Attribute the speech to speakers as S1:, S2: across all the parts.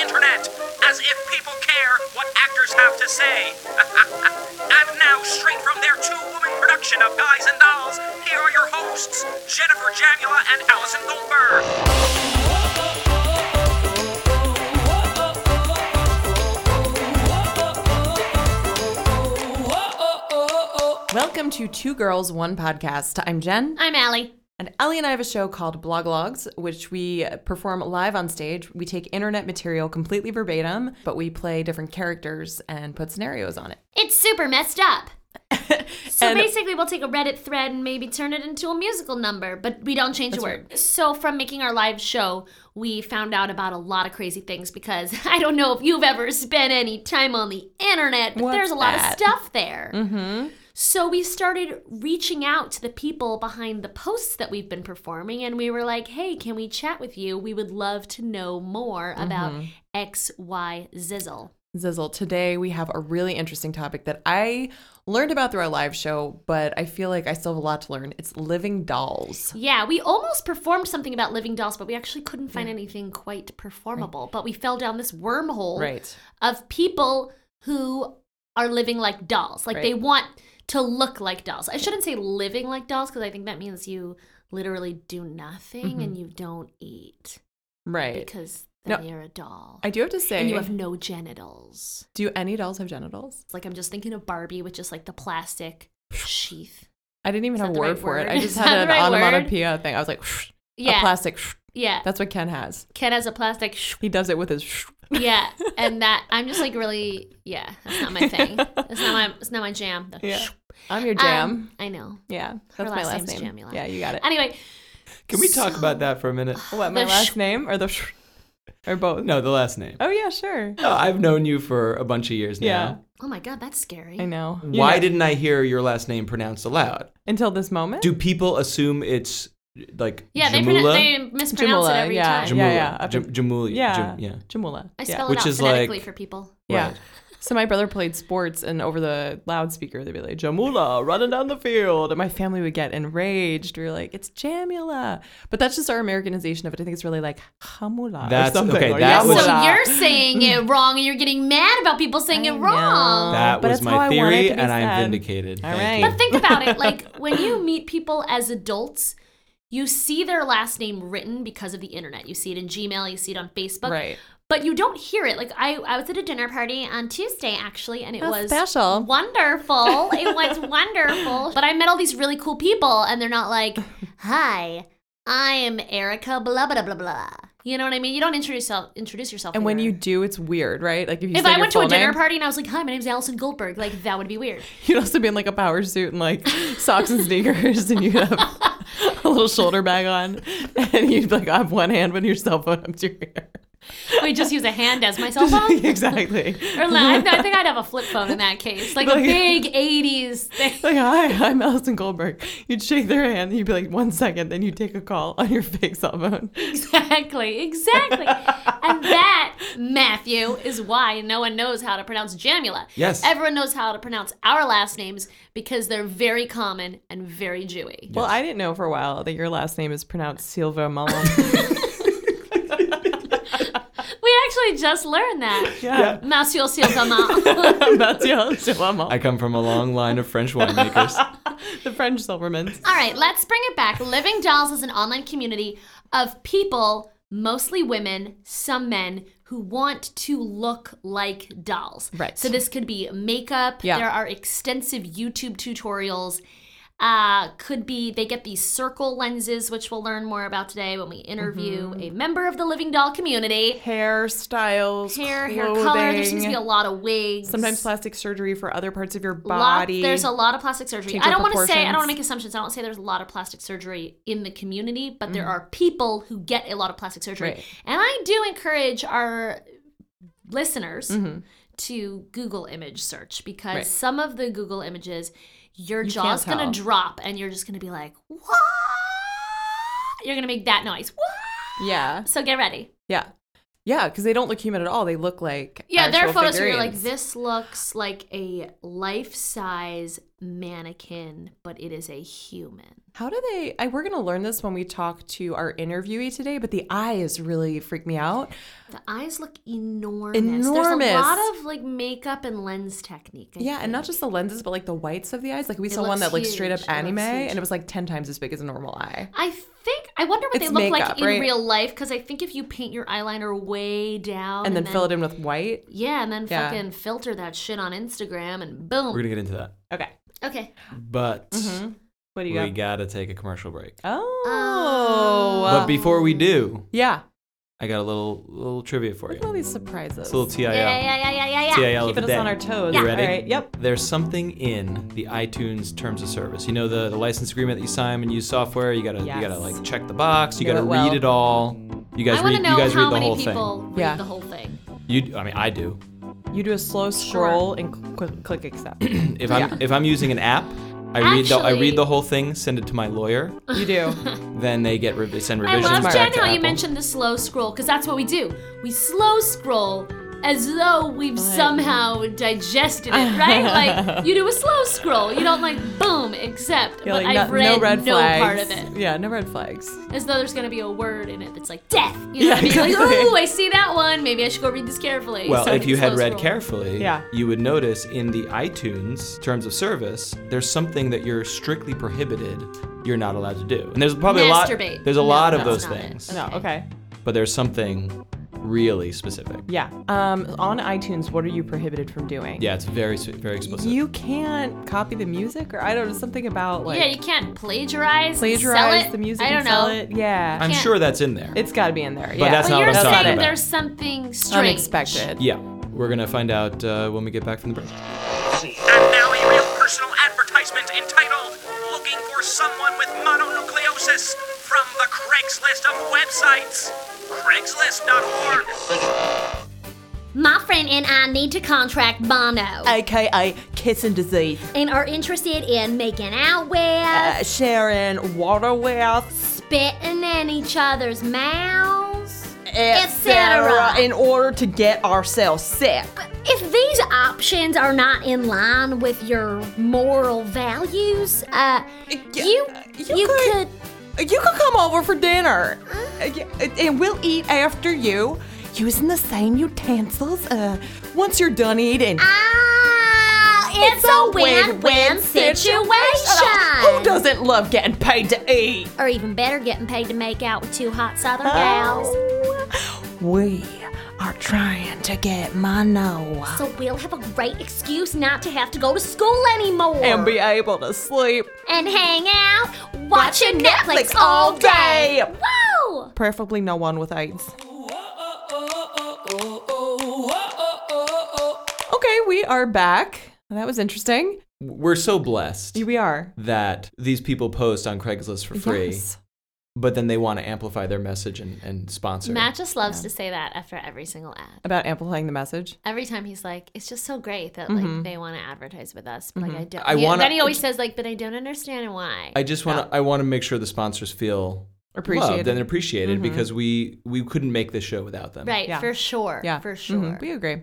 S1: internet, as if people care what actors have to say. and now, straight from their two woman production of Guys and Dolls, here are your hosts, Jennifer Jamula and Allison Goldberg.
S2: Welcome to Two Girls One Podcast. I'm Jen,
S3: I'm Allie.
S2: and Ellie and I have a show called Bloglogs, which we perform live on stage. We take internet material completely verbatim, but we play different characters and put scenarios on it.
S3: It's super messed up. So
S2: And-
S3: basically, we'll take a Reddit thread and maybe turn it into a musical number, but we don't change a word. So, from making our live show, we found out about a lot of crazy things because I don't know if you've ever spent any time on the internet, but
S2: What's
S3: there's a lot
S2: that?
S3: of stuff there. Mm-hmm. So, we started reaching out to the people behind the posts that we've been performing, and we were like, hey, can we chat with you? We would love to know more
S2: Mm-hmm.
S3: about X, Y, Zizzle.
S2: Zizzle, today we have a really interesting topic that I learned about through our live show, but I feel like I still have a lot to learn. It's living dolls.
S3: Yeah, we almost performed something about living dolls, but we actually couldn't find anything quite performable. But we fell down this wormhole
S2: Right.
S3: of people who are living like dolls. Like they
S2: Right.
S3: want to look like dolls. I shouldn't say living like dolls because I think that means you literally do nothing and you don't eat
S2: Mm-hmm. Right.
S3: because then
S2: No.
S3: you're a doll.
S2: I do have to say,
S3: and you have no genitals.
S2: do any dolls have genitals?
S3: It's like I'm just thinking of Barbie with just like the plastic sheath.
S2: I didn't even
S3: Is
S2: have a
S3: that the
S2: word
S3: right
S2: for it.
S3: word?
S2: I
S3: Is
S2: just
S3: that
S2: had an
S3: the right word?
S2: onomatopoeia thing. I was like, a
S3: Yeah.
S2: plastic.
S3: yeah.
S2: That's what Ken has.
S3: Ken has a plastic sh-
S2: He does it with his.
S3: Yeah, and that I'm just like really yeah. That's not my thing. It's not my it's not my jam. The
S2: Yeah.
S3: sh-
S2: I'm your jam.
S3: Um, I know.
S2: yeah,
S3: her
S2: that's my
S3: last
S2: last
S3: name's
S2: name.
S3: Jamula.
S2: Yeah, you got it.
S3: Anyway,
S4: Can we talk about that for a minute?
S2: what my
S3: the
S2: last
S3: sh-
S2: name or the sh- or both?
S4: No, the last name.
S2: Oh yeah, sure.
S4: No, I've known you for a bunch of years
S2: Yeah,
S4: now.
S3: oh my god, that's scary.
S2: I know. You
S4: Why
S2: know,
S4: didn't I hear your last name pronounced aloud?
S2: until this moment?
S4: Do people assume it's like
S3: Yeah, they,
S4: Jamula?
S3: pronu- they mispronounce it
S2: Jamula,
S3: every
S2: yeah.
S3: time.
S4: Jamula.
S2: Yeah, yeah, up
S4: Jam-
S2: in-
S4: Jamula.
S2: yeah,
S4: Jam- yeah.
S2: Jamula.
S3: I
S2: yeah.
S3: spell
S4: Which
S3: it out
S4: is
S3: phonetically
S4: like-
S3: for people.
S2: Yeah.
S4: Right.
S2: So my brother played sports, and over the loudspeaker, they'd be like, "Jamula, running down the field," and my family would get enraged. We were like, "It's Jamula," but that's just our Americanization of it. I think it's really like Hamula. or
S4: That's-
S2: something,
S4: okay,
S2: or
S4: that was-
S3: So
S2: Yamula.
S3: you're saying it wrong, and you're getting mad about people saying
S2: I
S3: it wrong.
S2: know.
S4: That
S2: But
S4: was
S2: it's how I
S4: my
S2: want it
S4: theory,
S2: to be
S4: and
S2: said.
S4: I'm vindicated.
S2: All
S4: Thank
S2: right.
S4: you.
S3: But think about it. Like when you meet people as adults, you see their last name written because of the internet. You see it in Gmail, you see it on Facebook.
S2: Right.
S3: But you don't hear it. Like I, I was at a dinner party on Tuesday actually, and it
S2: How
S3: was
S2: special.
S3: wonderful. it was wonderful. But I met all these really cool people, and they're not like, "Hi, I am Erica." Blah blah blah blah. You know what I mean? You don't introduce yourself. Introduce yourself.
S2: And when
S3: either.
S2: you do, it's weird, right? Like if you
S3: if
S2: say
S3: I
S2: your
S3: went to a
S2: full
S3: dinner
S2: name,
S3: party and I was like, "Hi, my name's Allison Goldberg," like that would be weird.
S2: You'd also be in like a power suit and like socks and sneakers, and you'd have a little shoulder bag on, and you'd like have one hand with your cell phone up to your ear.
S3: We just use a hand as my cell phone.
S2: exactly.
S3: Or like, I think I'd have a flip phone in that case, like a
S2: Like-
S3: big '80s thing.
S2: Like, hi, I'm Allison Goldberg. You'd shake their hand, you'd be like, one second, then you'd take a call on your fake cell phone.
S3: Exactly, exactly. and that, Matthew, is why no one knows how to pronounce Jamula.
S4: Yes.
S3: Everyone knows how to pronounce our last names because they're very common and very Jewy.
S2: Well, I didn't know for a while that your last name is pronounced Silva Malone.
S3: We actually just learnld that.
S2: yeah.
S3: Monsieur Silverman.
S2: Mathieu Silva Malone.
S4: I come from a long line of French winemakers.
S2: The French Silvermans.
S3: All right, let's bring it back. Living Dolls is an online community of people, mostly women, some men, who want to look like dolls.
S2: Right.
S3: So this could be makeup.
S2: Yeah.
S3: There are extensive YouTube tutorials. Uh, could be they get these circle lenses, which we'll learn more about today when we interview
S2: Mm-hmm.
S3: a member of the Living Doll community.
S2: Hairstyles,
S3: Hair, hair color. There seems to be a lot of wigs.
S2: Sometimes plastic surgery for other parts of your
S3: lot-
S2: body.
S3: there's a lot of plastic surgery.
S2: Change
S3: I
S2: your
S3: don't want to say I don't want
S2: proportions.
S3: to make assumptions. I don't want to say there's a lot of plastic surgery in the community, but there are people who get a lot of plastic surgery.
S2: Mm. Right.
S3: And I do encourage our listeners to Google image search because
S2: Mm-hmm. Right.
S3: some of the Google images your
S2: can't
S3: jaw's going to
S2: tell.
S3: drop and you're just going to be like, "What?" You're going to make that noise. What?
S2: yeah.
S3: So get ready.
S2: Yeah. Yeah, because they don't look human at all. They look like
S3: Yeah, there are
S2: actual
S3: photos where you're like,
S2: figurines.
S3: this looks like a life size mannequin, but it is a human.
S2: How do they? I we're gonna learn this when we talk to our interviewee today, but the eyes really freak me out.
S3: The eyes look enormous. There's
S2: Enormous.
S3: a lot of like makeup and lens technique. I
S2: Yeah, and not
S3: think.
S2: just the lenses, but like the whites of the eyes. Like we saw
S3: looks
S2: one that like straight up
S3: huge. It looks
S2: anime,
S3: huge.
S2: and it was like ten times as big as a normal eye.
S3: I think I wonder what they
S2: It's
S3: look
S2: makeup,
S3: like in
S2: right?
S3: real life because I think if you paint your eyeliner way down
S2: And then fill it in with white.
S3: yeah, and then
S2: Yeah.
S3: fucking filter that shit on Instagram and boom.
S4: We're gonna get into that,
S2: Okay.
S3: okay,
S4: but
S2: What do
S4: we
S2: Mm-hmm. you got?
S4: gotta take a commercial break.
S2: Oh.
S4: but before we do,
S2: yeah.
S4: I got a little little trivia for you.
S2: All these surprises.
S4: It's a little TIL.
S3: yeah, yeah, yeah, yeah, yeah, yeah.
S4: TIL of
S2: Keeping
S4: the
S2: us
S4: day.
S2: on our toes.
S4: You
S2: All
S4: ready?
S2: right. Yep.
S4: There's something in the iTunes terms of service. You know the, the license agreement that you sign when you use software. You gotta you gotta
S2: Yes.
S4: like check the box. You
S2: Know
S4: gotta
S2: it well.
S4: read it all. You guys
S3: I want
S4: read
S3: to
S4: you
S3: know
S4: guys
S3: how
S4: read the
S3: many
S4: whole
S3: people
S4: thing.
S3: read
S2: Yeah.
S3: the whole thing.
S4: You I mean I do.
S2: You do a slow scroll and cl- cl- click accept. you
S4: If I'm if I'm using an app, I read the I
S3: Actually-
S4: read the whole thing, send it to my lawyer,
S2: do.
S4: then they get re- they send
S3: I
S4: revisions
S3: love
S4: back
S3: Jen
S4: to
S3: how you
S4: Apple.
S3: mentioned the slow scroll because that's what we do. We slow scroll as though we've somehow digested it, right? like you do a slow scroll. You don't like boom, except
S2: You're
S3: but
S2: like,
S3: I've
S2: no,
S3: read
S2: no red
S3: part
S2: flags.
S3: of it.
S2: Yeah, no red flags.
S3: As though there's gonna be a word in it that's like death. You
S2: Yeah,
S3: know what I mean? Like,
S2: exactly.
S3: ooh, I see that one. Maybe I should go read this carefully.
S4: Well,
S3: So
S4: if
S3: it's
S4: you had
S3: slow
S4: read
S3: scroll.
S4: carefully,
S2: Yeah.
S4: you would notice in the iTunes terms of service, there's something that you're strictly prohibited, you're not allowed to do. And there's probably a
S3: Masturbate.
S4: lot there's a
S3: No,
S4: lot of
S3: that's
S4: those
S3: not it.
S4: things,
S2: No.
S3: Okay.
S2: Okay.
S4: but there's something really specific.
S2: Yeah. Um, on iTunes, what are you prohibited from doing?
S4: Yeah, it's very s- very explicit.
S2: You can't copy the music, or I don't know something about like
S3: yeah, you can't plagiarize.
S2: plagiarize
S3: sell it.
S2: the music
S3: I don't
S2: and sell
S3: know.
S2: it. Yeah,
S4: I'm
S3: can't-
S4: sure that's in there.
S2: it's got to be in there.
S4: But
S2: yeah,
S4: that's
S3: But
S4: not
S3: you're
S4: what I'm talking
S3: saying
S4: about.
S3: there's something strange.
S2: unexpected.
S4: yeah, we're gonna find out uh, when we get back from the break.
S1: And now a real personal advertisement entitled Looking for Someone with Mononucleosis from the Craigslist of websites. Craigslist.org.
S5: My friend and I need to contract Bono
S2: AKA kissing disease.
S5: and are interested in making out
S2: Uh,
S5: with,
S2: Sharon Waterworth,
S5: spitting in each other's mouths.
S2: etc.
S5: cetera,
S2: In order to get ourselves sick.
S5: If these options are not in line with your moral values, uh,
S2: Yeah,
S5: you,
S2: you
S5: you
S2: could-
S5: could.
S2: You could come over for dinner, Uh, yeah, and we'll eat after you, using the same utensils. Uh, once you're done eating.
S5: Ah, it's, a win-win
S2: Who
S5: situation.
S2: doesn't love getting paid to eat?
S5: Or even better, getting paid to make out with two hot Southern gals.
S2: Oh, We are trying to get mono
S5: So we'll have a great excuse not to have to go to school anymore.
S2: and be able to sleep,
S5: and hang out watching Netflix, all day. Woo!
S2: preferably no one with AIDS. Okay, we are back. That was interesting.
S4: We're so blessed
S2: Here we are.
S4: that these people post on Craigslist for free,
S2: Yes.
S4: but then they want to amplify their message and, and sponsor.
S3: Matt just loves to say that after every single ad.
S2: About amplifying the message.
S3: every time he's like, it's just so great that
S2: Mm-hmm.
S3: like they want to advertise with us. But, Like I don't.
S4: I
S3: he-
S4: wanna-
S3: Then he always says like, but I don't understand why.
S4: I just want to I want to make sure the sponsors feel
S2: Appreciated. Mm-hmm.
S4: loved and appreciated because we we couldn't make this show without them.
S3: right
S2: Yeah.
S3: for sure.
S2: Yeah,
S3: for
S2: mhm,
S3: sure.
S2: We agree.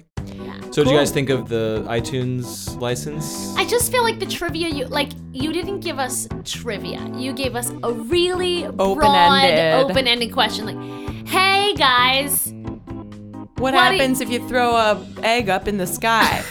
S4: So did
S2: Cool.
S4: you guys think of the iTunes license?
S3: I just feel like the trivia you like you didn't give us trivia. You gave us a really broad
S2: Open-ended.
S3: open-ended question like, "Hey guys,
S2: What,
S3: Why do you-
S2: happens if you throw a egg up in the sky?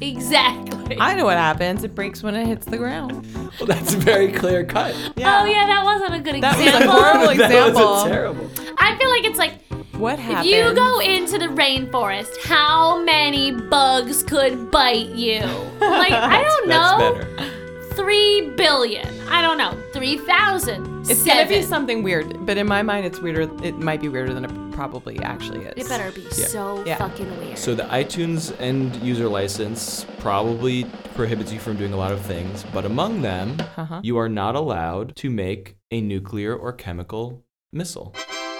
S3: exactly."
S2: I know what happens. It breaks when it hits the ground.
S4: well, that's very clear cut.
S3: Oh yeah, that wasn't a good
S2: That was a
S3: example.
S2: horrible
S4: that was
S2: example.
S4: a terrible.
S3: I feel like it's like
S2: What
S3: if
S2: happens?
S3: you go into the rainforest, how many bugs could bite you? Like I
S2: Oh,
S3: don't
S4: That's
S3: know.
S4: better.
S3: Three billion. I don't know. Three thousand.
S2: It's going to be something weird, but in my mind, it's weirder. It might be weirder than it probably actually is.
S3: It better be so
S2: Yeah.
S3: fucking weird.
S4: So the iTunes end user license probably prohibits you from doing a lot of things, but among them,
S2: Uh-huh.
S4: you are not allowed to make a nuclear or chemical missile.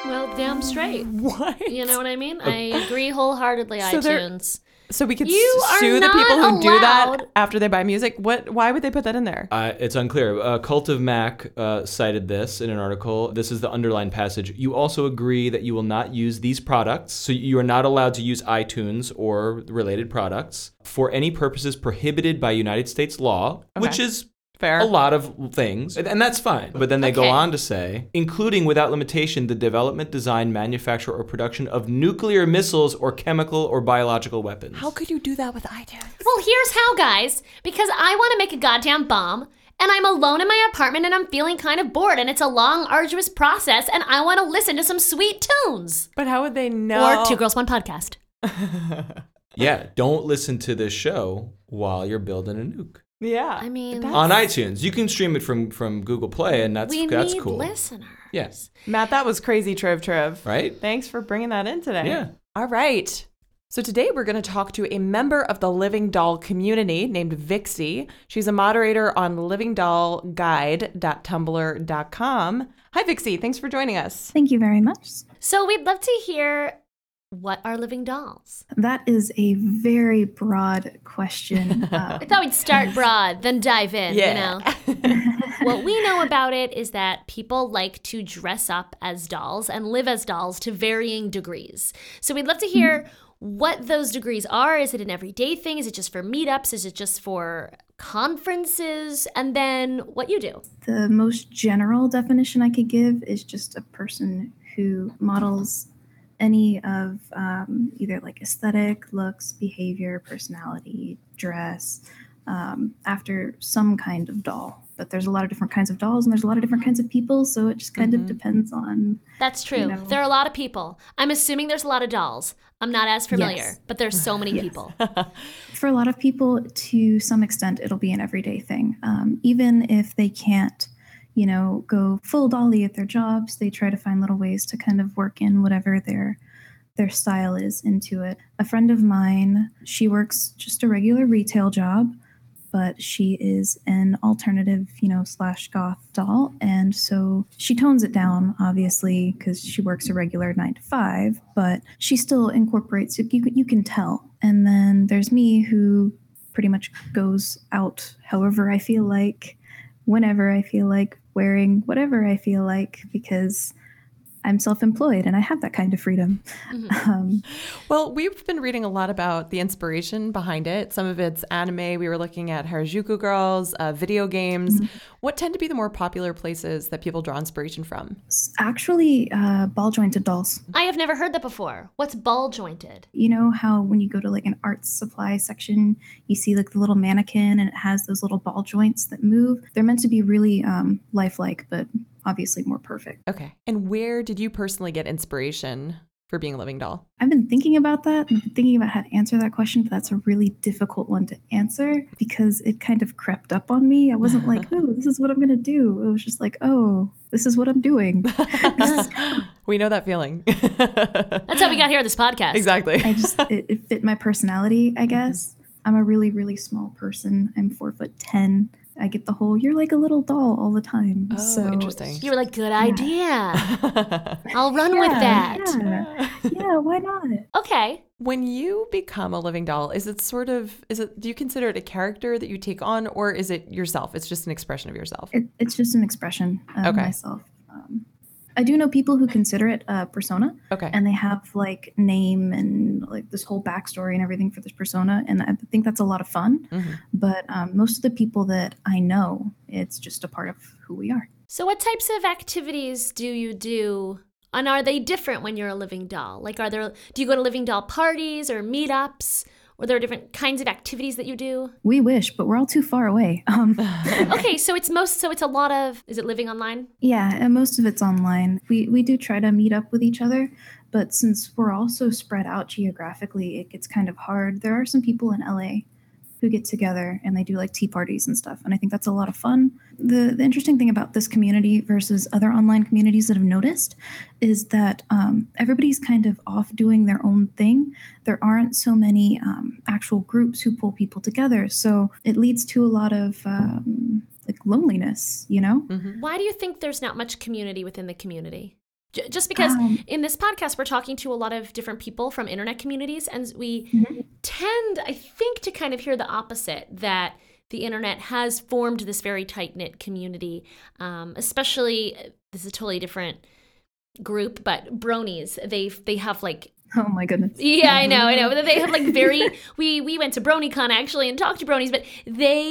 S3: well, damn straight.
S2: What?
S3: You know what I mean? I agree wholeheartedly.
S2: So they're-
S3: iTunes.
S2: So we could
S3: You
S2: s-
S3: are
S2: sue the
S3: not
S2: people who do that
S3: allowed-
S2: after they buy music. What? Why would they put that in there?
S4: Uh, it's unclear. Uh, Cult of Mac uh, cited this in an article. This is the underlined passage. You also agree that you will not use these products, so you are not allowed to use iTunes or related products for any purposes prohibited by United States law, which
S2: Okay.
S4: is
S2: Fair.
S4: a lot of things, and- and that's fine. But then they go
S3: Okay.
S4: on to say, including without limitation the development, design, manufacture, or production of nuclear missiles or chemical or biological weapons.
S2: How could you do that with iTunes?
S3: Well, here's how, guys. Because I want to make a goddamn bomb, and I'm alone in my apartment and I'm feeling kind of bored, and it's a long, arduous process, and I want to listen to some sweet tunes.
S2: But how would they know?
S3: Or Two Girls, One Podcast.
S4: yeah, don't listen to this show while you're building a nuke.
S2: Yeah.
S3: I mean,
S2: That's-
S4: on iTunes. You can stream it from from Google Play, and that's
S3: we
S4: that's
S3: need
S4: cool.
S3: listeners.
S4: Yes,
S2: Matt, that was crazy, Trev. Trev.
S4: right?
S2: Thanks for bringing that in today.
S4: Yeah.
S2: All right. So today we're going to talk to a member of the Living Doll community named Vixie. She's a moderator on livingdollguide.tumblr.com. Hi, Vixie. Thanks for joining us.
S6: Thank you very much.
S3: So we'd love to hear what are living dolls?
S6: That is a very broad question. Uh,
S3: I thought we'd start broad, then dive in, you know? what we know about it is that people like to dress up as dolls and live as dolls to varying degrees. So we'd love to hear what those degrees are. Is it an everyday thing? Is it just for meetups? Is it just for conferences? And then what you do.
S6: the most general definition I could give is just a person who models any of um, either like aesthetic, looks, behavior, personality, dress um, after some kind of doll. But there's a lot of different kinds of dolls and there's a lot of different kinds of people. So it just kind of depends on
S3: That's true.
S6: know.
S3: There are a lot of people. I'm assuming there's a lot of dolls. I'm not as familiar,
S6: Yes.
S3: but there's so many people.
S6: For a lot of people, to some extent, it'll be an everyday thing. Um, even if they can't, you know, go full dolly at their jobs, they try to find little ways to kind of work in whatever their their style is into it. A friend of mine, she works just a regular retail job, but she is an alternative, you know, slash goth doll, and so she tones it down, obviously, because she works a regular nine to five. But she still incorporates. You, can- you can tell. And then there's me, who pretty much goes out however I feel like, whenever I feel like, wearing whatever I feel like, because I'm self-employed and I have that kind of freedom. Um,
S2: Well, we've been reading a lot about the inspiration behind it. Some of it's anime. We were looking at Harajuku Girls, uh, video games. What tend to be the more popular places that people draw inspiration from?
S6: s- actually, uh, ball-jointed dolls.
S3: I have never heard that before. What's ball jointed?
S6: You know how when you go to like an art supply section, you see like the little mannequin and it has those little ball joints that move. They're meant to be really um, lifelike, but obviously more perfect.
S2: Okay. And where did you personally get inspiration for being a living doll?
S6: I've been thinking about that and I've been thinking about how to answer that question, but that's a really difficult one to answer because it kind of crept up on me. I wasn't like, oh, this is what I'm going to do. It was just like, oh, this is what I'm doing.
S2: we know that feeling.
S3: That's how we got here on this podcast.
S2: exactly.
S6: I just, it, it fit my personality,
S2: Mm-hmm.
S6: I guess. I'm a really, really small person. I'm four foot 10. I get the whole, you're like a little doll all the time.
S2: Oh,
S6: so
S2: interesting.
S3: You were like, good idea. I'll run with
S6: Yeah,
S3: that.
S6: Yeah, yeah, why not?
S3: Okay.
S2: when you become a living doll, is it sort of is it do you consider it a character that you take on or is it yourself? It's just an expression of yourself.
S6: It, it's just an expression of
S2: Okay.
S6: myself. Um, I do know people who consider it a persona.
S2: Okay.
S6: and they have like name and like this whole backstory and everything for this persona and i think that's a lot of fun
S2: Mhm.
S6: but um, most of the people that i know it's just a part of who we are
S3: So, what types of activities do you do? And are they different when you're a living doll? Like, are there, do you go to living doll parties or meetups? Or there are different kinds of activities that you do?
S6: we wish but we're all too far away um,
S3: Okay, so it's most, so it's a lot of, is it living online?
S6: yeah and most of it's online we, we do try to meet up with each other but since we're all so spread out geographically it gets kind of hard there are some people in la who get together and they do like tea parties and stuff. And I think that's a lot of fun. The, the interesting thing about this community versus other online communities that I've noticed is that um, everybody's kind of off doing their own thing. There aren't so many um, actual groups who pull people together. So it leads to a lot of um, like loneliness, you know?
S3: Why do you think there's not much community within the community? J- just because
S6: Um,
S3: in this podcast we're talking to a lot of different people from internet communities and we tend i think to kind of hear the opposite that the internet has formed this very tight-knit community um, especially this is a totally different group but bronies they they have like
S6: Oh my goodness.
S3: yeah, I know, I
S2: Mm-hmm.
S3: know. But they have like very we we went to BronyCon actually and talked to bronies, but they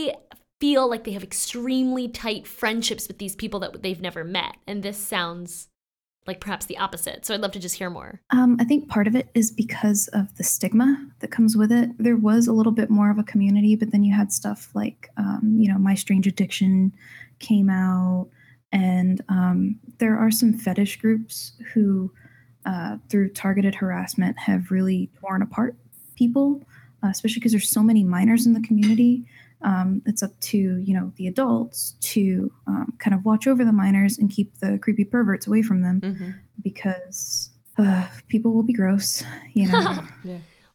S3: feel like they have extremely tight friendships with these people that they've never met, and this sounds like perhaps the opposite. So I'd love to just hear more.
S6: Um, I think part of it is because of the stigma that comes with it. There was a little bit more of a community, but then you had stuff like, um, you know, My Strange Addiction came out, and um, there are some fetish groups who, uh, through targeted harassment, have really torn apart people, uh, especially because there's so many minors in the community. Um, it's up to you know the adults to um, kind of watch over the minors and keep the creepy perverts away from them
S2: hmm
S6: because uh, people will be gross, you know.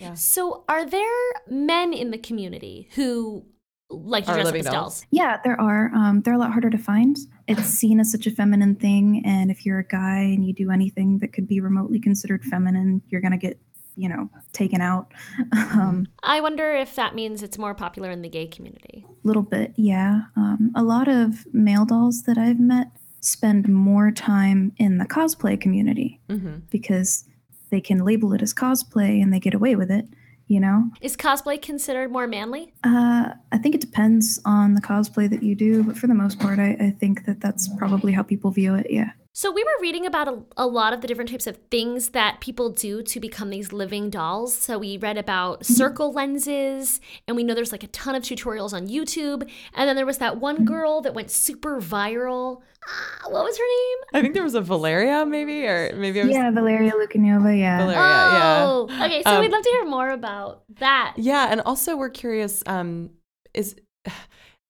S2: Yeah.
S3: So are there men in the community who like to
S2: Are
S3: dress up
S2: living
S3: as
S2: dolls?
S3: dolls?
S6: yeah, there are. Um, they're a lot harder to find. It's seen as such a feminine thing, and if you're a guy and you do anything that could be remotely considered feminine, you're gonna get, you know, taken out. Um,
S3: I wonder if that means it's more popular in the gay community.
S6: little bit, yeah. Um, a lot of male dolls that I've met spend more time in the cosplay community
S2: hmm
S6: because they can label it as cosplay and they get away with it, you know.
S3: Is cosplay considered more manly?
S6: Uh, I think it depends on the cosplay that you do, but for the most part, I, I think that that's probably how people view it. Yeah.
S3: So we were reading about a, a lot of the different types of things that people do to become these living dolls. So we read about
S2: Mm-hmm.
S3: circle lenses, and we know there's like a ton of tutorials on YouTube. And then there was that one girl that went super viral. Ah, what was her name?
S2: I think there was a Valeria, maybe, or maybe I was
S6: Yeah, Valeria Lucanova. Yeah.
S2: Valeria. Yeah.
S3: oh, okay. So
S2: Um,
S3: we'd love to hear more about that.
S2: Yeah, and also we're curious. Um, is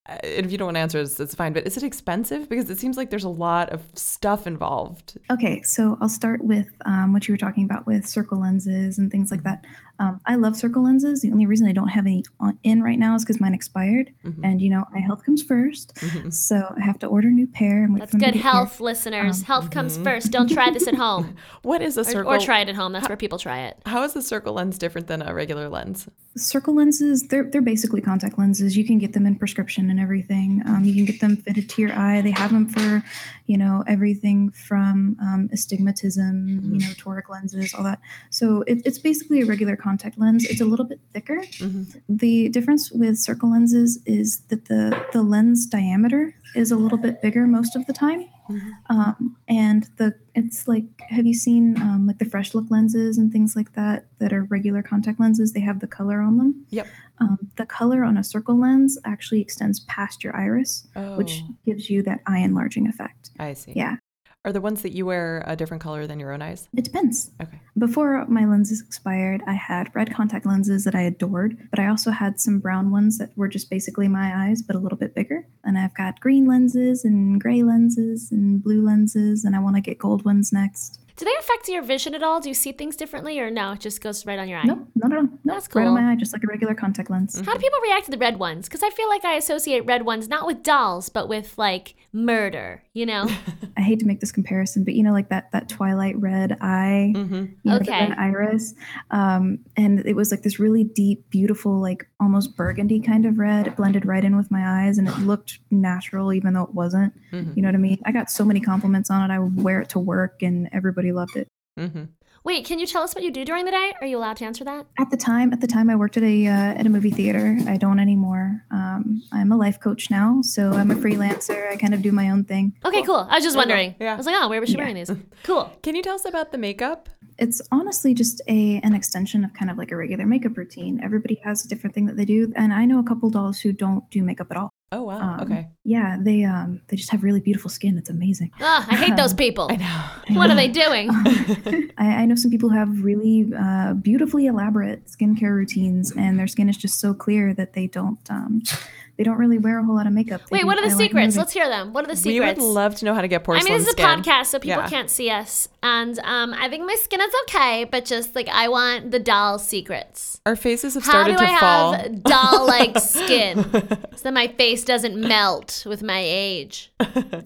S2: and if you don't want to answer, it's, it's fine. But is it expensive? Because it seems like there's a lot of stuff involved.
S6: Okay, so I'll start with um, what you were talking about with circle lenses and things like that. Um, I love circle lenses. The only reason I don't have any on, in right now is because mine expired,
S2: Mhm.
S6: and you know my health comes 1st
S2: Mhm.
S6: so I have to order a new pair. And wait
S3: That's
S6: for them to
S3: good
S6: get here.
S3: health, listeners. health comes first. Don't try this at home
S2: What is Um, mm-hmm. a
S3: or,
S2: circle?
S3: or try it at home. That's where people try it.
S2: How is a circle lens different than a regular lens?
S6: circle lenses they're, they're basically contact lenses you can get them in prescription and everything um, you can get them fitted to your eye they have them for you know everything from um, astigmatism you know toric lenses all that so it, it's basically a regular contact lens it's a little bit thicker
S2: Mm-hmm.
S6: the difference with circle lenses is that the the lens diameter is a little bit bigger most of the time
S2: Mm-hmm.
S6: um, and the it's like have you seen um, like the fresh look lenses and things like that that are regular contact lenses they have the color on them
S2: Yep.
S6: um, the color on a circle lens actually extends past your iris
S2: Oh,
S6: which gives you that eye enlarging effect
S2: I see.
S6: yeah
S2: Are the ones that you wear a different color than your own eyes?
S6: it depends
S2: Okay.
S6: before my lenses expired i had red contact lenses that i adored but i also had some brown ones that were just basically my eyes but a little bit bigger and i've got green lenses and gray lenses and blue lenses and i want to get gold ones next
S3: Do they affect your vision at all? Do you see things differently, or no? It just goes right on your eye.
S6: Nope, not at all. Nope.
S3: That's
S6: Right on
S3: cool.
S6: my eye, just like a regular contact lens.
S3: How do people react to the red ones? Because I feel like I associate red ones not with dolls, but with like murder, you know?
S6: I hate to make this comparison, but you know, like that that twilight red
S3: Mm.
S6: eye,
S2: Mm-hmm.
S6: you know, the
S3: Okay.
S6: red iris, um, and it was like this really deep, beautiful, like almost burgundy kind of red. It blended right in with my eyes, and it looked natural, even though it wasn't.
S2: Mhm.
S6: You know what I mean? I got so many compliments on it. I would wear it to work, and everybody loved it.
S2: Mm-hmm.
S3: Wait, can you tell us what you do during the day? Are you allowed to answer that?
S6: At the time, at the time, I worked at a uh, at a movie theater. I don't anymore. Um, I'm a life coach now, so I'm a freelancer. I kind of do my own thing.
S3: Okay, cool. I was just wondering.
S2: Yeah.
S3: I was like, oh, where was she
S6: Yeah.
S3: wearing these? Cool.
S2: Can you tell us about the makeup?
S6: it's honestly just a an extension of kind of like a regular makeup routine. Everybody has a different thing that they do, and I know a couple dolls who don't do makeup at all.
S2: Oh wow.
S6: Um,
S2: okay.
S6: Yeah, they um they just have really beautiful skin. It's amazing.
S3: Ugh, I hate those people.
S2: know.
S3: What are they doing?
S6: I, I know some people who have really uh, beautifully elaborate skincare routines, and their skin is just so clear that they don't um They don't really wear a whole lot of makeup. They
S3: Wait,
S6: do
S3: what are the
S6: eyeliner, they
S3: secrets? Let's hear them. What are the
S2: We would
S3: secrets?
S2: love to know how to get
S3: I
S2: porcelain
S3: mean, this is a
S2: skin.
S3: podcast, so people
S2: Yeah.
S3: can't see us. And um, I think my skin is okay, but just like I want the doll secrets.
S2: Our faces have
S3: How do
S2: started
S3: I
S2: to fall.
S3: have doll like skin so that my face doesn't melt with my age?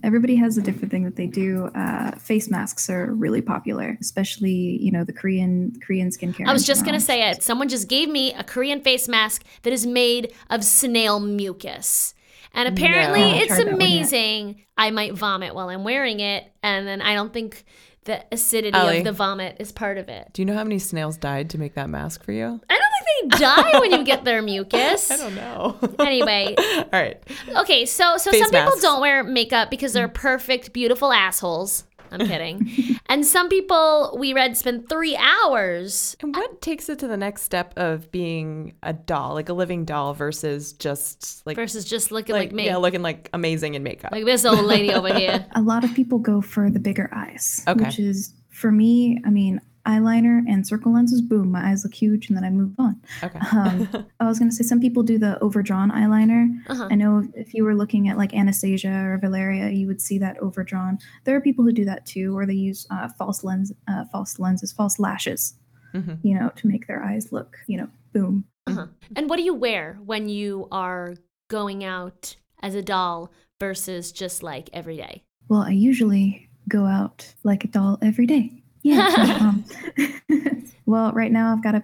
S6: Everybody has a different thing that they do. Uh, face masks are really popular, especially you know the Korean Korean skincare. Um,
S3: I was
S6: in
S3: just going to
S6: general.
S3: say it. Someone just gave me a Korean face mask that is made of snail mucus. And apparently
S6: No. I
S3: it's
S6: tried that one yet.
S3: amazing. I might vomit while I'm wearing it. And then I don't think the acidity
S2: Ally.
S3: of the vomit is part of it.
S2: Do you know how many snails died to make that mask for you?
S3: I don't think they die when you get their mucus.
S2: I don't know.
S3: Anyway,
S2: All right.
S3: okay, so so
S2: Face
S3: some people
S2: masks.
S3: don't wear makeup because they're perfect, beautiful assholes. I'm kidding. and some people we read spend three hours.
S2: And what takes it to the next step of being a doll, like a living doll, versus just like
S3: Versus just looking
S2: like,
S3: like, me.
S2: yeah, looking like amazing in makeup?
S3: like this old lady over here.
S6: a lot of people go for the bigger eyes,
S2: Okay.
S6: which is for me. I mean, eyeliner and circle lenses. Boom, my eyes look huge, and then I move on.
S2: okay.
S6: Um, I was going to say some people do the overdrawn eyeliner.
S3: Uh-huh.
S6: I know if you were looking at like Anastasia or Valeria, you would see that overdrawn. There are people who do that too, or they use uh, false lens, uh, false lenses, false lashes,
S2: Mhm.
S6: you know, to make their eyes look, you know, boom.
S3: And what do you wear when you are going out as a doll versus just like every day?
S6: Well, I usually go out like a doll every day. Yeah. um, well, right now I've got a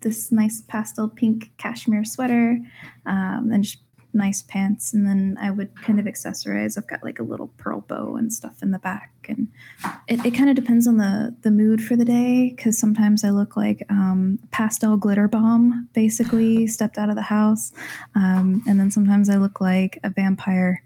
S6: this nice pastel pink cashmere sweater, um, and just nice pants, and then I would kind of accessorize. I've got like a little pearl bow and stuff in the back, and it, it kind of depends on the the mood for the day. Because sometimes I look like um, pastel glitter bomb, basically stepped out of the house, um, and then sometimes I look like a vampire.